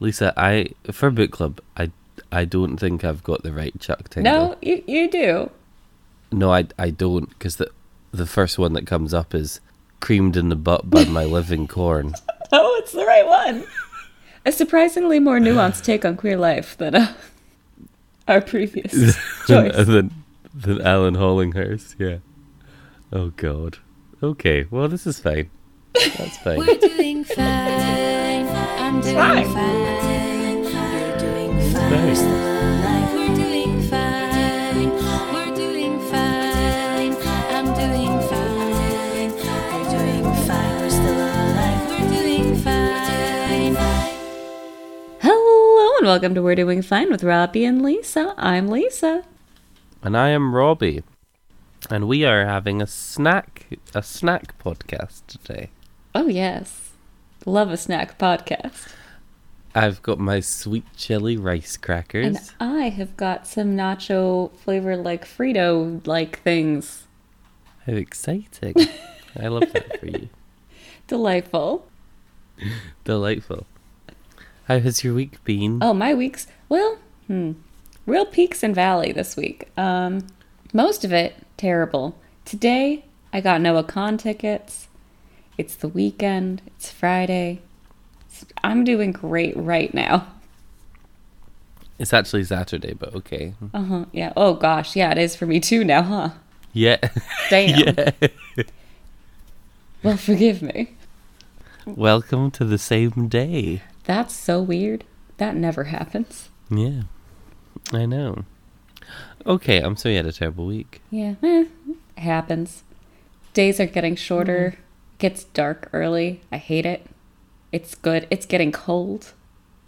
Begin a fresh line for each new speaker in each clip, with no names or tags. Lisa, I for book club, I I don't think I've got the right Chuck
No,
Tingle.
you, you do.
No, I I don't because the the first one that comes up is creamed in the butt by my living corn.
No, Oh, it's the right one. A surprisingly more nuanced take on queer life than uh, our previous
than,
choice.
than than Alan Hollinghurst. Yeah. Oh God. Okay. Well, this is fine. That's fine.
We're doing fine. I'm doing
Fine.
fine. You're doing fine. We're doing fine. We're doing fine. I'm doing fine. You're doing fine. We're still alive. We're doing fine.
Hello and welcome to We're Doing Fine with Robbie and Lisa. I'm Lisa.
and I am Robbie, and we are having a snack a snack podcast today.
Oh, yes. Love a snack podcast.
I've got my sweet chili rice crackers.
And I have got some nacho flavored like Frito like things.
How exciting! I love that for you.
Delightful.
Delightful. How has your week been?
Oh, my week's well, hmm, real peaks and valley this week. Um, most of it terrible. Today I got no con tickets. It's the weekend. It's Friday. It's- I'm doing great right now.
It's actually Saturday, but okay.
Uh huh. Yeah. Oh gosh. Yeah, it is for me too now, huh?
Yeah.
Damn.
yeah.
Well, forgive me.
Welcome to the same day.
That's so weird. That never happens.
Yeah. I know. Okay, I'm sorry you had a terrible week.
Yeah, eh, it happens. Days are getting
Mm-hmm.
shorter. Gets dark early. I hate it. It's good. It's getting cold.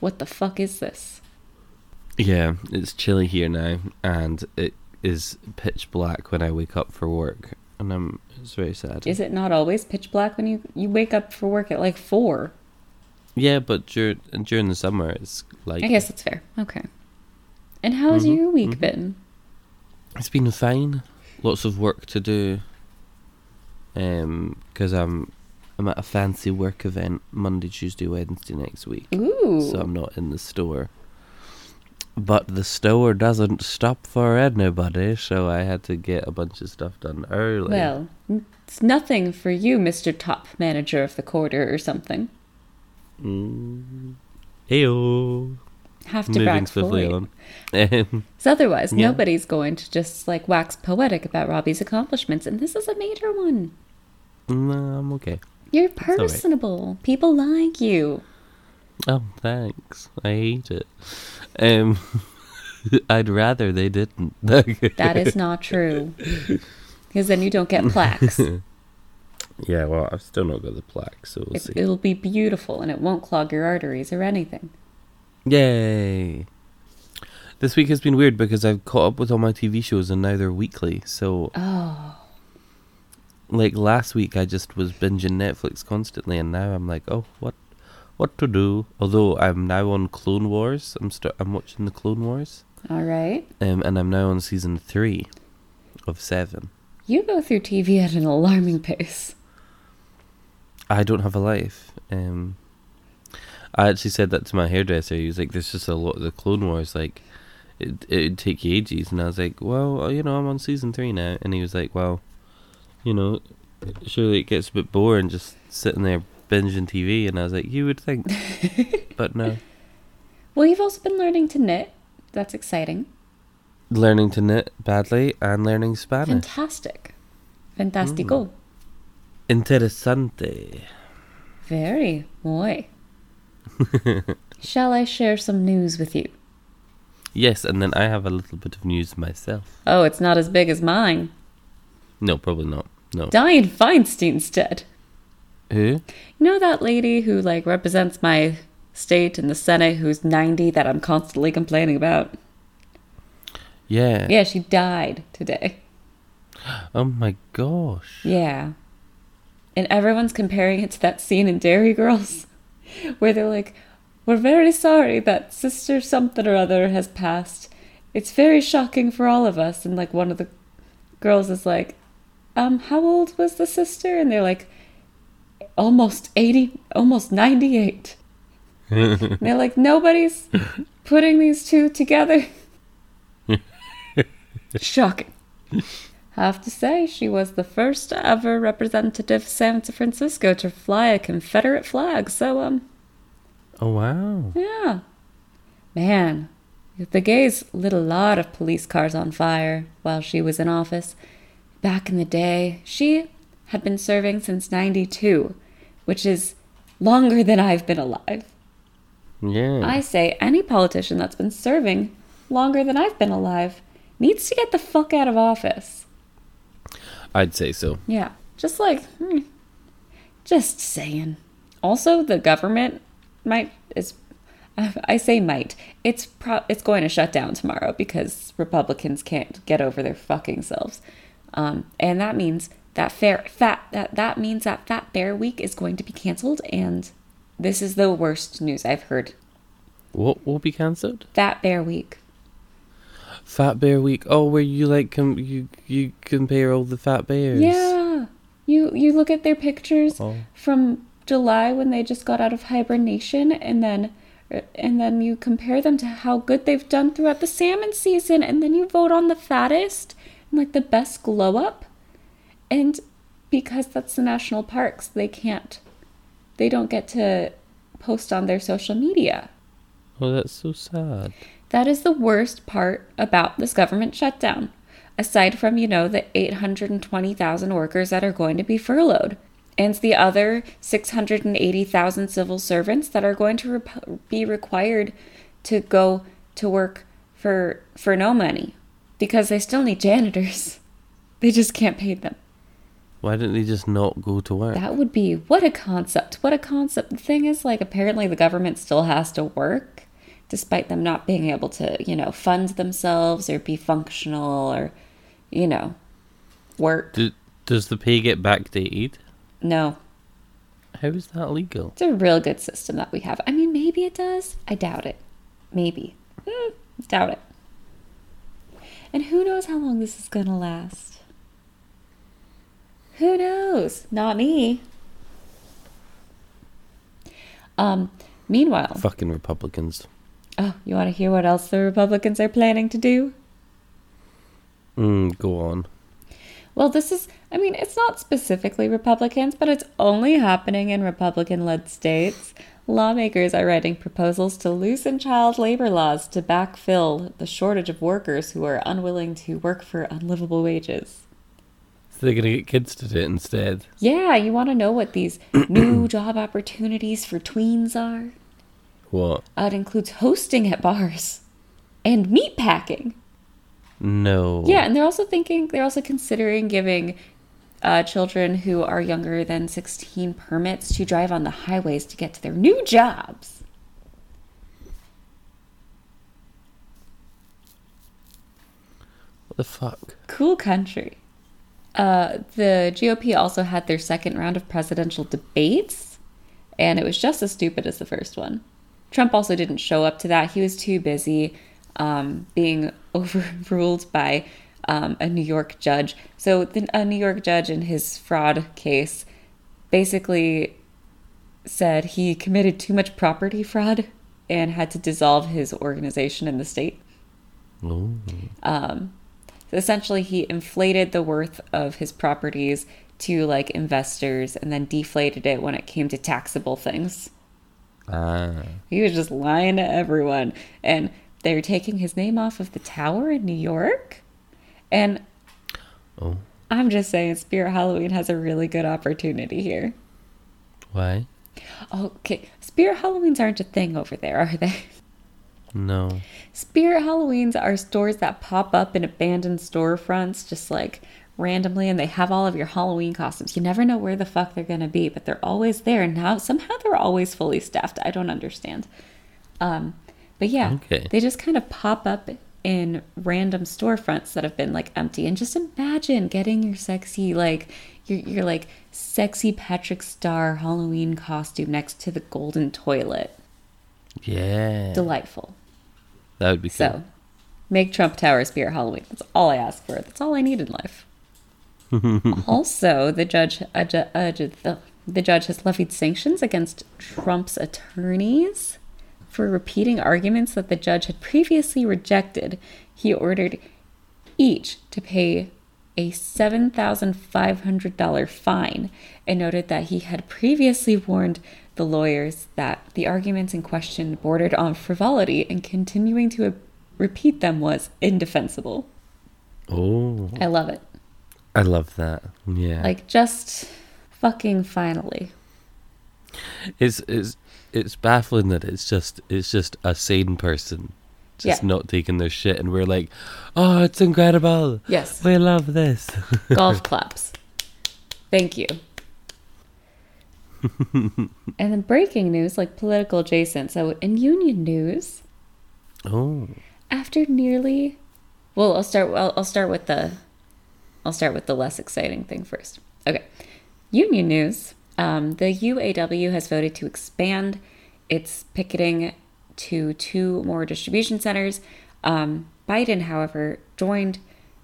What the fuck is this?
Yeah, it's chilly here now, and it is pitch black when I wake up for work, and I'm it's very sad.
Is it not always pitch black when you you wake up for work at like four?
yeah, but during during the summer, it's like Mm-hmm.
I guess that's fair. Okay. And how's your week been?
it's been fine. Lots of work to do. Um, because I'm I'm at a fancy work event Monday, Tuesday, Wednesday next week,
Ooh.
so I'm not in the store. But the store doesn't stop for anybody, so I had to get a bunch of stuff done early.
well, n- it's nothing for you, Mister Top Manager of the Quarter or something.
Ayo.
Have to
Mm. moving
brag
swiftly
Floyd.
on. Um,
Because otherwise,
Yeah.
nobody's going to just like wax poetic about Robbie's accomplishments. And this is a major one.
no, mm, I'm okay. all
You're
right.
personable. People like you.
Oh, thanks. I hate it. Um, I'd rather they didn't.
That is not true. Because then you don't get plaques. It,
yeah, well, I've still not got the plaque, so we'll see.
it'll be beautiful and it won't clog your arteries or anything.
Yay! This week has been weird because I've caught up with all my TV shows and now they're weekly. So,
Oh,
like last week, I just was binging Netflix constantly, and now I'm like, oh, what, what to do? Although I'm now on Clone Wars. I'm st- I'm watching the Clone Wars.
all right.
Um, and I'm now on season three of seven.
You go through TV at an alarming pace.
I don't have a life. Um, I actually said that to my hairdresser. He was like, "There's just a lot of the Clone Wars. Like, it it'd take you ages." And I was like, "Well, uh, you know, I'm on season three now." And he was like, "Well, you know, surely it gets a bit boring just sitting there binging TV." And I was like, "You would think, but no."
Well, you've also been learning to knit. That's exciting.
Learning to knit badly and learning Spanish.
Fantastic.
Mm.
Fantastico.
Interesante.
Very muy. Shall I share some news with you?
Yes, and then I have a little bit of news myself.
Oh, it's not as big as mine.
No, probably not. No.
Diane Feinstein's dead.
Who?
You know that lady who like represents my state in the Senate who's 90 that I'm constantly complaining about?
Yeah.
Yeah, she died today.
Oh my gosh.
Yeah. And everyone's comparing it to that scene in Dairy Girls where they're like, We're very sorry that sister something or other has passed. It's very shocking for all of us. And like one of the girls is like, Um, how old was the sister? And they're like, Almost 80, almost 98. And they're like, nobody's putting these two together. Shocking. Have to say, she was the first ever representative of San Francisco to fly a Confederate flag. So, um,
Oh wow.
yeah. Man, the gays lit a lot of police cars on fire while she was in office. Back in the day, she had been serving since 92, which is longer than I've been alive.
Yeah.
I say any politician that's been serving longer than I've been alive needs to get the fuck out of office.
I'd say so.
Yeah, just like, hmm, just saying. Also, the government might is, I say might. It's pro- it's going to shut down tomorrow because Republicans can't get over their fucking selves, um, and that means that fair fat that that means that Fat Bear Week is going to be canceled. And this is the worst news I've heard.
What will be cancelled?
Fat Bear Week.
Fat Bear Week. Oh, where you like com- you you compare all the fat bears.
Yeah, you you look at their pictures
Oh.
from July when they just got out of hibernation, and then uh, and then you compare them to how good they've done throughout the salmon season, and then you vote on the fattest and like the best glow up, and because that's the national parks, they can't, they don't get to post on their social media.
Oh, that's so sad.
That is the worst part about this government shutdown, aside from, you know, the 820,000 workers that are going to be furloughed and the other 680,000 civil servants that are going to rep- be required to go to work for for no money because they still need janitors. They just can't pay them.
Why didn't they just not go to work?
That would be what a concept. What a concept. The thing is, like, apparently the government still has to work despite them not being able to, you know, fund themselves or be functional or, you know, work.
Do, does the pay get backdated?
No,
How is that legal?
it's a real good system that we have. I mean, maybe it does. I doubt it. Maybe. Mm, doubt it. And who knows how long this is going to last? Who knows? Not me. Um, meanwhile,
Fucking Republicans.
oh, you want to hear what else the Republicans are planning to do?
Mm, go on.
Well, this is, I mean, it's not specifically Republicans, but it's only happening in Republican led states. Lawmakers are writing proposals to loosen child labor laws to backfill the shortage of workers who are unwilling to work for unlivable wages.
So they're gonna get kids to do it instead.
Yeah, you want to know what these new job opportunities for tweens are?
What?
Uh, it includes hosting at bars and meat packing.
No.
Yeah, and they're also thinking they're also considering giving uh, children who are younger than 16 permits to drive on the highways to get to their new jobs.
What the fuck?
Cool country. Uh, the GOP also had their second round of presidential debates, and it was just as stupid as the first one. Trump also didn't show up to that. He was too busy um, being overruled by um, a New York judge. So, the, a New York judge in his fraud case basically said he committed too much property fraud and had to dissolve his organization in the state.
No.
essentially he inflated the worth of his properties to like investors and then deflated it when it came to taxable things.
Ah.
He was just lying to everyone and they're taking his name off of the tower in New York. And
Oh.
I'm just saying Spirit Halloween has a really good opportunity here.
Why?
Okay, Spirit Halloweens aren't a thing over there, are they?
No.
Spirit Halloweens are stores that pop up in abandoned storefronts just like randomly and they have all of your Halloween costumes. You never know where the fuck they're going to be, but they're always there and now somehow they're always fully staffed. I don't understand. Um but yeah,
Okay.
they just kind of pop up in random storefronts that have been like empty and just imagine getting your sexy like your your like sexy Patrick Star Halloween costume next to the golden toilet.
Yeah.
Delightful.
that would be cool.
So, make Trump Tower Spear Halloween. That's all I ask for. That's all I need in life. also, the judge, a, uh, ju- a, ju- the, The judge has levied sanctions against Trump's attorneys for repeating arguments that the judge had previously rejected. He ordered each to pay a $7,500 fine and noted that he had previously warned the lawyers that the arguments in question bordered on frivolity and continuing to uh, repeat them was indefensible.
Oh,
I love it.
I love that. Yeah,
Like, just fucking finally.
it's it's it's baffling that it's just it's just a sane person just
Yeah.
not taking their shit, and we're like, oh, it's incredible.
Yes.
We love this.
golf claps. Thank you. and then breaking news, like political adjacent. So in union news,
oh,
after nearly, well, I'll start. I'll, I'll start with the, I'll start with the less exciting thing first. Okay, union news. Um, the UAW has voted to expand its picketing to two more distribution centers. Um, Biden, however, joined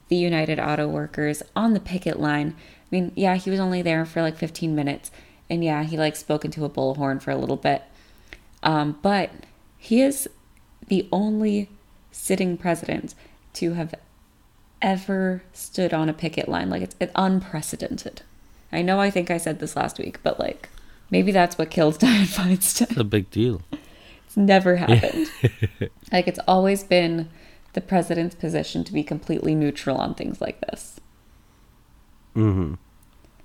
the United Auto Workers on the picket line. I mean, yeah, he was only there for like 15 minutes, and yeah, he like spoke into a bullhorn for a little bit. Um, but he is the only sitting president to have ever stood on a picket line. Like it's, it's unprecedented. I know I think I said this last week, but like maybe that's what killed Dianne Feinstein.
it's a big deal.
It's never happened. like it's always been the president's position to be completely neutral on things like this.
hmm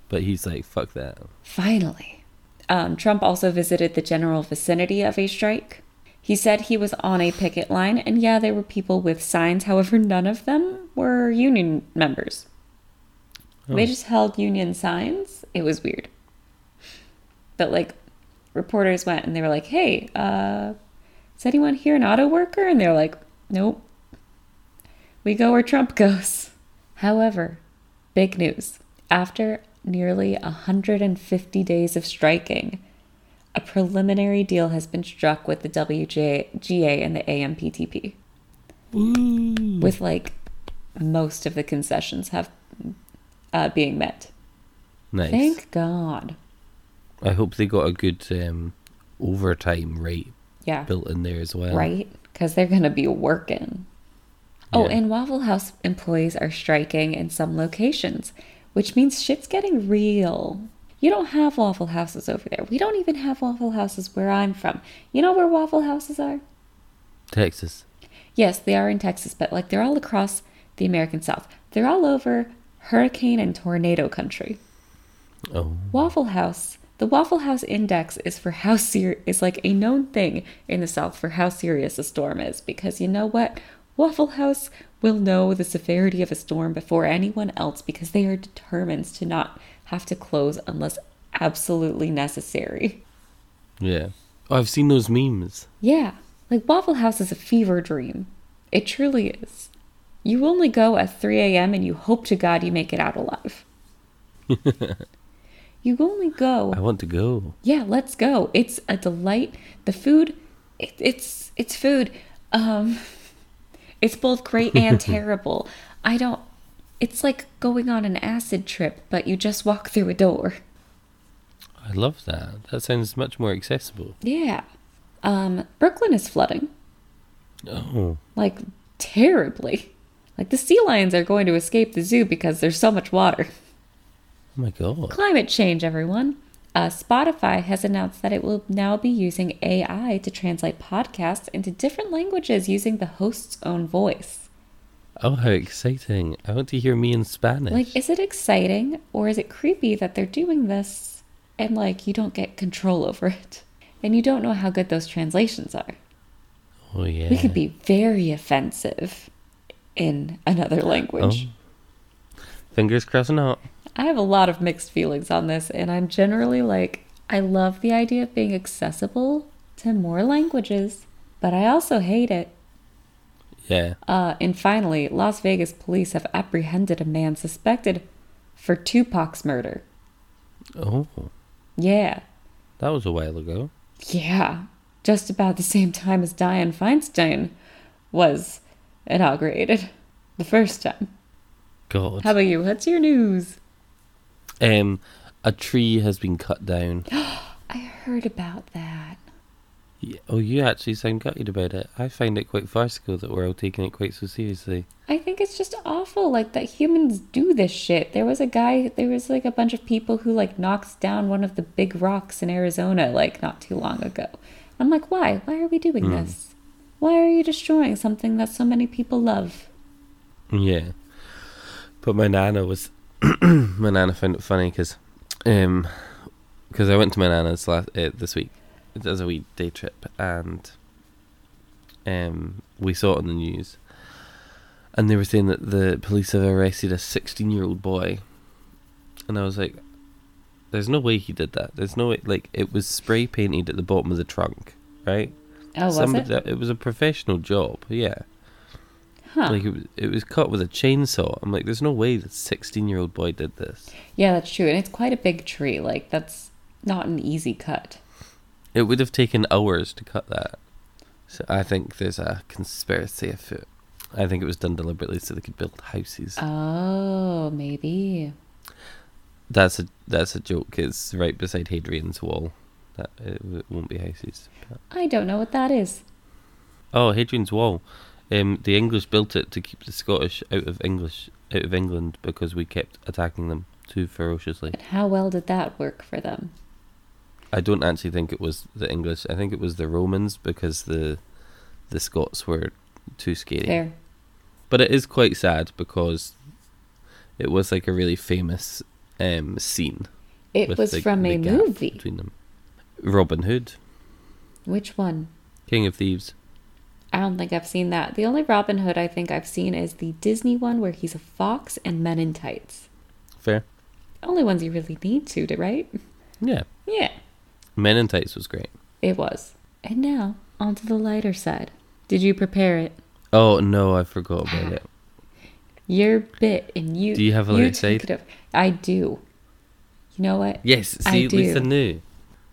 But he's like, fuck that.
Finally. Um, Trump also visited the general vicinity of a strike. He said he was on a picket line, and yeah, there were people with signs. However, none of them were union members. They just held union signs. It was weird. But like, reporters went and they were like, "Hey, uh, is anyone here an auto worker?" And they're like, "Nope. We go where Trump goes." However, big news. After nearly 150 days of striking, a preliminary deal has been struck with the WGA and the AMPTP. With like most of the concessions have uh, being met.
Nice.
Thank God.
I hope they got a good um, overtime rate
Yeah.
built in there as well.
Right? Because they're going to be working. Oh,
Yeah.
and Waffle House employees are striking in some locations, which means shit's getting real. You don't have Waffle Houses over there. We don't even have Waffle Houses where I'm from. You know where Waffle Houses are?
Texas.
Yes, they are in Texas, but like they're all across the American South. They're all over hurricane and tornado country.
Oh,
Waffle House. The Waffle House Index is for how ser is like a known thing in the South for how serious a storm is because you know what? Waffle House will know the severity of a storm before anyone else because they are determined to not have to close unless absolutely necessary.
yeah. Oh, I've seen those memes.
Yeah, like Waffle House is a fever dream. It truly is. You only go at 3 a.m. and you hope to God you make it out alive. you only go
I want to go.
yeah let's go it's a delight the food it, it's it's food um it's both great and terrible i don't it's like going on an acid trip but you just walk through a door
I love that. That sounds much more accessible.
yeah um brooklyn is flooding
Oh,
like terribly like the sea lions are going to escape the zoo because there's so much water
oh my god.
Climate change, everyone. Uh, Spotify has announced that it will now be using AI to translate podcasts into different languages using the host's own voice.
Oh, how exciting. I want to hear me in Spanish.
Like, is it exciting or is it creepy that they're doing this and, like, you don't get control over it? And you don't know how good those translations are.
oh, yeah.
We could be very offensive in another language.
Fingers crossed not.
I have a lot of mixed feelings on this, and I'm generally like, I love the idea of being accessible to more languages, but I also hate it.
Yeah.
Uh, and finally, Las Vegas police have apprehended a man suspected for Tupac's murder.
Oh,
Yeah,
that was a while ago.
yeah, just about the same time as Diane Feinstein was inaugurated the first time.
God.
How about you? What's your news?
Um, a tree has been cut down.
I heard about that.
Y- Oh, you actually sound gutted about it. I find it quite farcical that we're all taking it quite so seriously.
I think it's just awful, like that humans do this shit. There was a guy, there was like a bunch of people who like knocks down one of the big rocks in Arizona, like not too long ago. I'm like, why? Why are we doing
Hmm.
this? Why are you destroying something that so many people love?
Yeah. But my nana was. my nana found it funny because um, cause I went to my nana's last, uh, this week as a wee day trip and um, we saw it on the news. And they were saying that the police have arrested a 16 year old boy. And I was like, there's no way he did that. There's no way. Like, it was spray painted at the bottom of the trunk, right?
Oh, was
Somebody-
it?
It was a professional job, yeah.
Huh.
Like it was, it was cut with a chainsaw. I'm like, there's no way the 16 year old boy did this.
yeah, that's true. And it's quite a big tree. Like, that's not an easy cut.
It would have taken hours to cut that. So I think there's a conspiracy afoot. I think it was done deliberately so they could build
Uh.
houses.
Oh, maybe.
That's a that's a joke. It's right beside Hadrian's Wall. That it, w- it won't be houses. but-
I don't know what that is.
Oh, Hadrian's Wall. Um, the English built it to keep the Scottish out of English out of England because we kept attacking them too ferociously.
And how well did that work for them?
I don't actually think it was the English. I think it was the Romans because the the Scots were too scary.
Fair.
But it is quite sad because it was like a really famous um, scene.
It
with
was
the-
from
the
a
gap
movie.
between them. Robin Hood,
Which one?
King of Thieves.
I don't think I've seen that. The only Robin Hood I think I've seen is the Disney one where he's a fox and men in tights.
Fair.
Only ones you really need to, to right?
Yeah.
Yeah,
Men in Tights was great.
it was. And now, onto the lighter side. Did you prepare it?
Oh no, I forgot about it.
Your bit and you.
Do you have a light
take
side?
it over. I do. You know what?
Yes,
I
see, Lisa
do.
knew.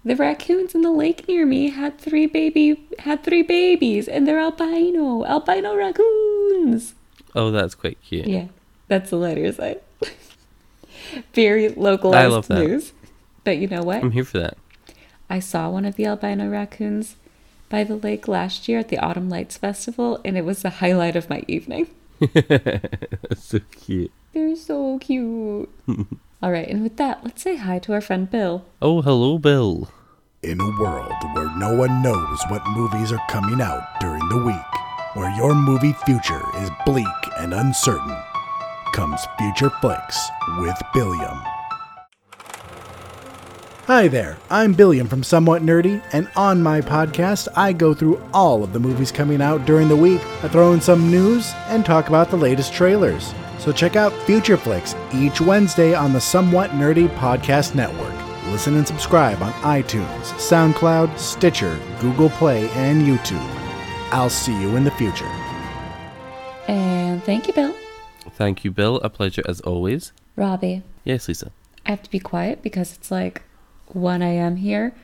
The raccoons in the lake near me had three baby had three babies, and they're albino albino raccoons.
Oh, that's quite cute.
Yeah, that's the lighter side. Very localized
I love that. Mm.
news. But you know what?
I'm here for that.
I saw one of the albino raccoons by the lake last year at the Autumn Lights Festival, and it was the highlight of my evening.
That's so cute.
They're so cute. All right, and with that, let's say hi to our friend Bill.
Oh, hello, Bill.
In a world where no one knows what movies are coming out during the week, where your movie future is bleak and uncertain, comes Future Flicks with Billiam. Hi there, I'm Billiam from Somewhat Nerdy, and on my podcast, I go through all of the movies coming out during the week. I throw in some news and talk about the latest trailers. So check out Future Flicks each Wednesday on the Somewhat Nerdy Podcast Network. Listen and subscribe on iTunes, SoundCloud, Stitcher, Google Play, and YouTube. I'll see you in the future.
And thank you, Bill.
Thank you, Bill. A pleasure as always.
Robbie,
Yes, Lisa.
I have to be quiet because it's like 1 a.m. here,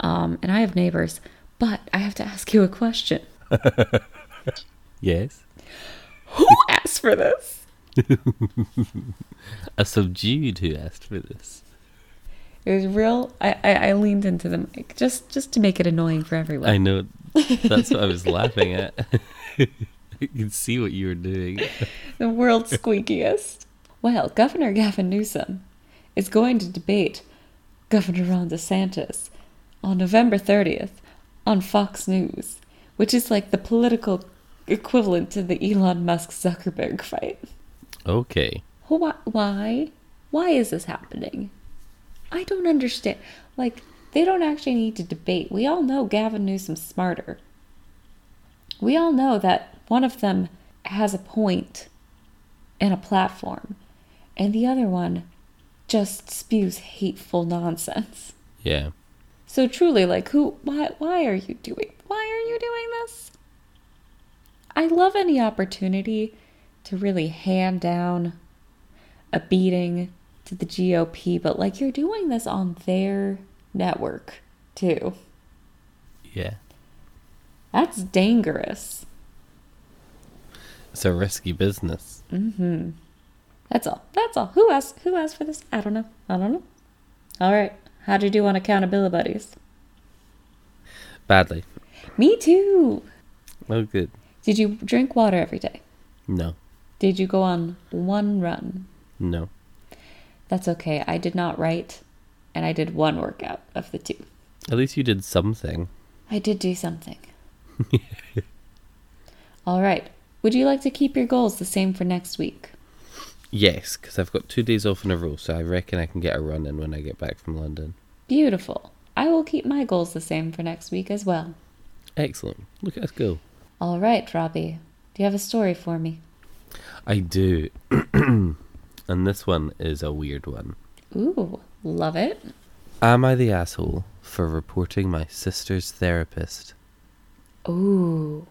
um, and I have neighbors, but I have to ask you a question.
Yes.
Who asked for this?
A subdued who asked for this.
It was real. I, I, I leaned into the mic just just to make it annoying for everyone.
I know. That's what I was laughing at. I could see what you were doing.
The world's squeakiest. Well, Governor Gavin Newsom is going to debate Governor Ron DeSantis on November 30th on Fox News, which is like the political equivalent to the Elon Musk Zuckerberg fight.
Okay.
Why? Why, why is this happening? I don't understand. Like, they don't actually need to debate. We all know Gavin Newsom's smarter. We all know that one of them has a point and a platform, and the other one just spews hateful nonsense.
Yeah.
So truly, like, who? Why? Why are you doing? Why are you doing this? I love any opportunity to really hand down a beating to the GOP, but like you're doing this on their network too.
Yeah.
That's dangerous.
It's a risky business.
That's all. That's all. Who asked? Who asked for this? I don't know. I don't know. All right. How do you do on accountability buddies?
Badly.
Me too.
Oh, good.
Did you drink water every day?
No.
Did you go on one run?
No.
That's okay. I did not write, and I did one workout of the two.
At least you did something.
I did do something. All right. Would you like to keep your goals the same for next week?
Yes, because I've got two days off in a row, so I reckon I can get a run in when I get back from London.
Beautiful. I will keep my goals the same for next week as well.
Excellent. Look at us go.
All right, Robbie. Do you have a story for me?
I do. and this one is a weird one.
Ooh, love it.
Am I the asshole for reporting my sister's therapist?
Ooh.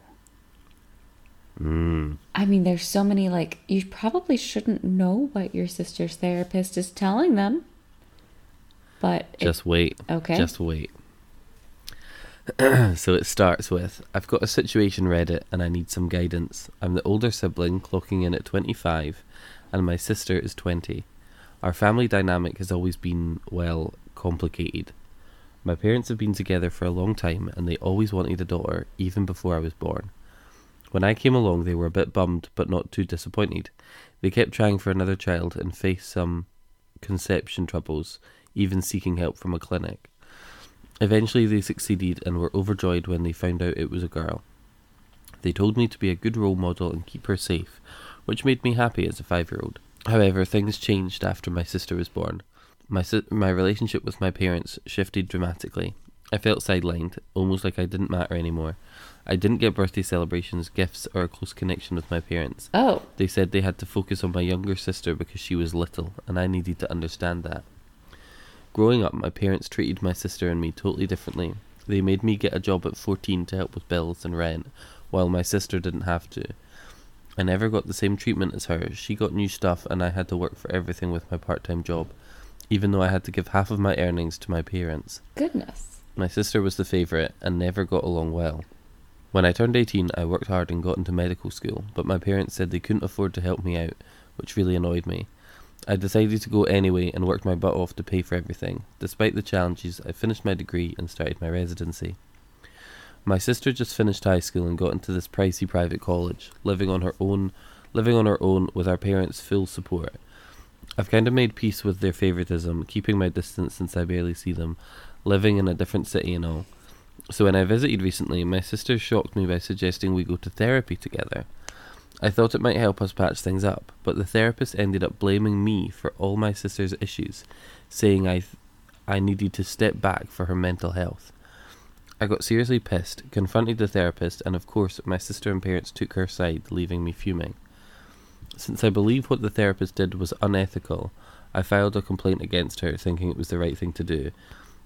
Mm.
I mean, there's so many, like, you probably shouldn't know what your sister's therapist is telling them. But it-
Just wait.
okay.
Just wait. so it starts with I've got a situation Reddit and I need some guidance. I'm the older sibling, clocking in at 25, and my sister is 20. Our family dynamic has always been, well, complicated. My parents have been together for a long time and they always wanted a daughter, even before I was born. When I came along, they were a bit bummed, but not too disappointed. They kept trying for another child and faced some conception troubles, even seeking help from a clinic. Eventually, they succeeded and were overjoyed when they found out it was a girl. They told me to be a good role model and keep her safe, which made me happy as a five year old. However, things changed after my sister was born. My, si- my relationship with my parents shifted dramatically. I felt sidelined, almost like I didn't matter anymore. I didn't get birthday celebrations, gifts, or a close connection with my parents.
Oh,
They said they had to focus on my younger sister because she was little, and I needed to understand that. Growing up, my parents treated my sister and me totally differently. They made me get a job at 14 to help with bills and rent, while my sister didn't have to. I never got the same treatment as her. She got new stuff, and I had to work for everything with my part time job, even though I had to give half of my earnings to my parents.
goodness.
My sister was the favourite and never got along well. When I turned 18, I worked hard and got into medical school, but my parents said they couldn't afford to help me out, which really annoyed me. I decided to go anyway and worked my butt off to pay for everything. Despite the challenges, I finished my degree and started my residency. My sister just finished high school and got into this pricey private college, living on her own, living on her own with our parents' full support. I've kind of made peace with their favoritism, keeping my distance since I barely see them, living in a different city and all. So when I visited recently, my sister shocked me by suggesting we go to therapy together. I thought it might help us patch things up, but the therapist ended up blaming me for all my sister's issues, saying I, th- I needed to step back for her mental health. I got seriously pissed, confronted the therapist, and of course, my sister and parents took her side, leaving me fuming. Since I believe what the therapist did was unethical, I filed a complaint against her, thinking it was the right thing to do.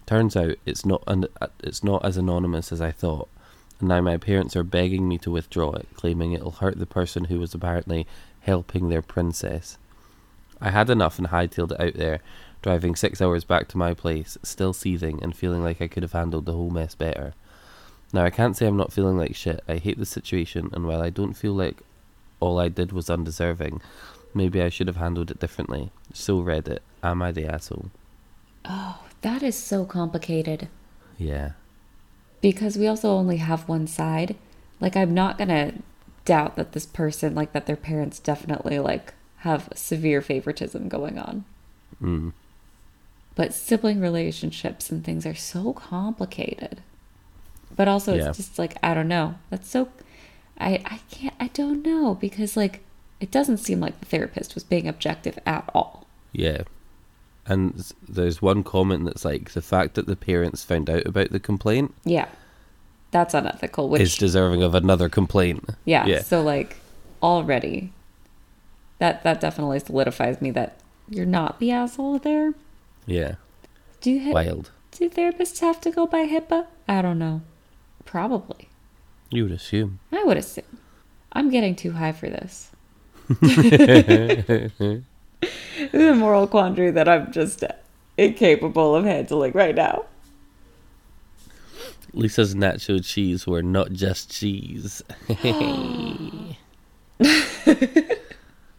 Turns out it's not an, uh, it's not as anonymous as I thought, and now my parents are begging me to withdraw it, claiming it'll hurt the person who was apparently helping their princess. I had enough and hightailed it out there, driving six hours back to my place, still seething and feeling like I could have handled the whole mess better. Now I can't say I'm not feeling like shit. I hate the situation, and while I don't feel like all I did was undeserving, maybe I should have handled it differently. So Reddit, am I the asshole?
Oh, that is so complicated.
Yeah.
because we also only have one side like i'm not gonna doubt that this person like that their parents definitely like have severe favoritism going on
Mm.
but sibling relationships and things are so complicated but also
Yeah.
it's just like i don't know that's so i i can't i don't know because like it doesn't seem like the therapist was being objective at all
Yeah. And s- there's one comment that's like the fact that the parents found out about the complaint
yeah that's unethical which
is deserving of another complaint.
Yeah,
Yeah.
So like already that that definitely solidifies me that you're not the asshole there.
Yeah.
Do you
Wild.
do therapists have to go by HIPAA? I don't know. Probably.
You would assume.
I would assume. I'm getting too high for this. this is a moral quandary that I'm just incapable of handling right now.
Lisa's nacho cheese were not just cheese.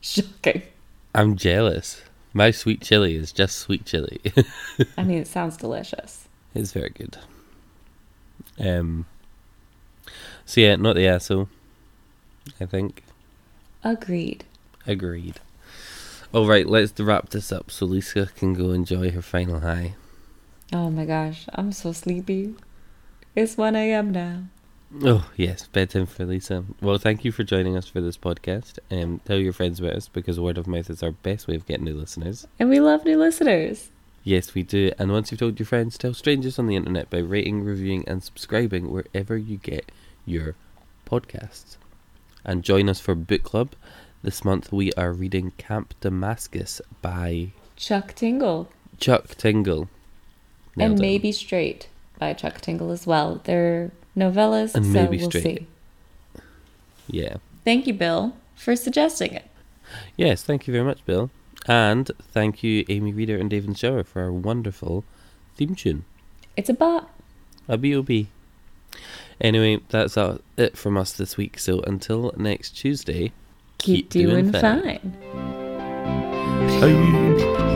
Shocking.
I'm jealous. My sweet chili is just sweet chili.
I mean, it sounds delicious.
it's very good. Um. So yeah, not the asshole. I think
Agreed.
agreed. All right, let's wrap this up so Lisa can go enjoy her final high.
Oh my gosh, I'm so sleepy. It's 1 a.m. now.
Oh yes, bedtime for Lisa. Well, thank you for joining us for this podcast. Um, tell your friends about us because word of mouth is our best way of getting new listeners.
And we love new listeners.
Yes, we do. And once you've told your friends, tell strangers on the internet by rating, reviewing, and subscribing wherever you get your podcasts. And join us for book club. This month we are reading Camp Damascus by
Chuck Tingle
Chuck Tingle. Nailed
and
it.
Maybe Straight by Chuck Tingle as well. They're novellas,
And
so
Maybe
we'll
Straight.
see.
Yeah.
Thank you, Bill, for suggesting it.
Yes, thank you very much, Bill. And thank you, Amy Reader and David Shower, for our wonderful theme tune.
It's a bot.
A B.O.B. Anyway, that's uh, it from us this week. So until next Tuesday,
Keep, doing, fine.
Bye.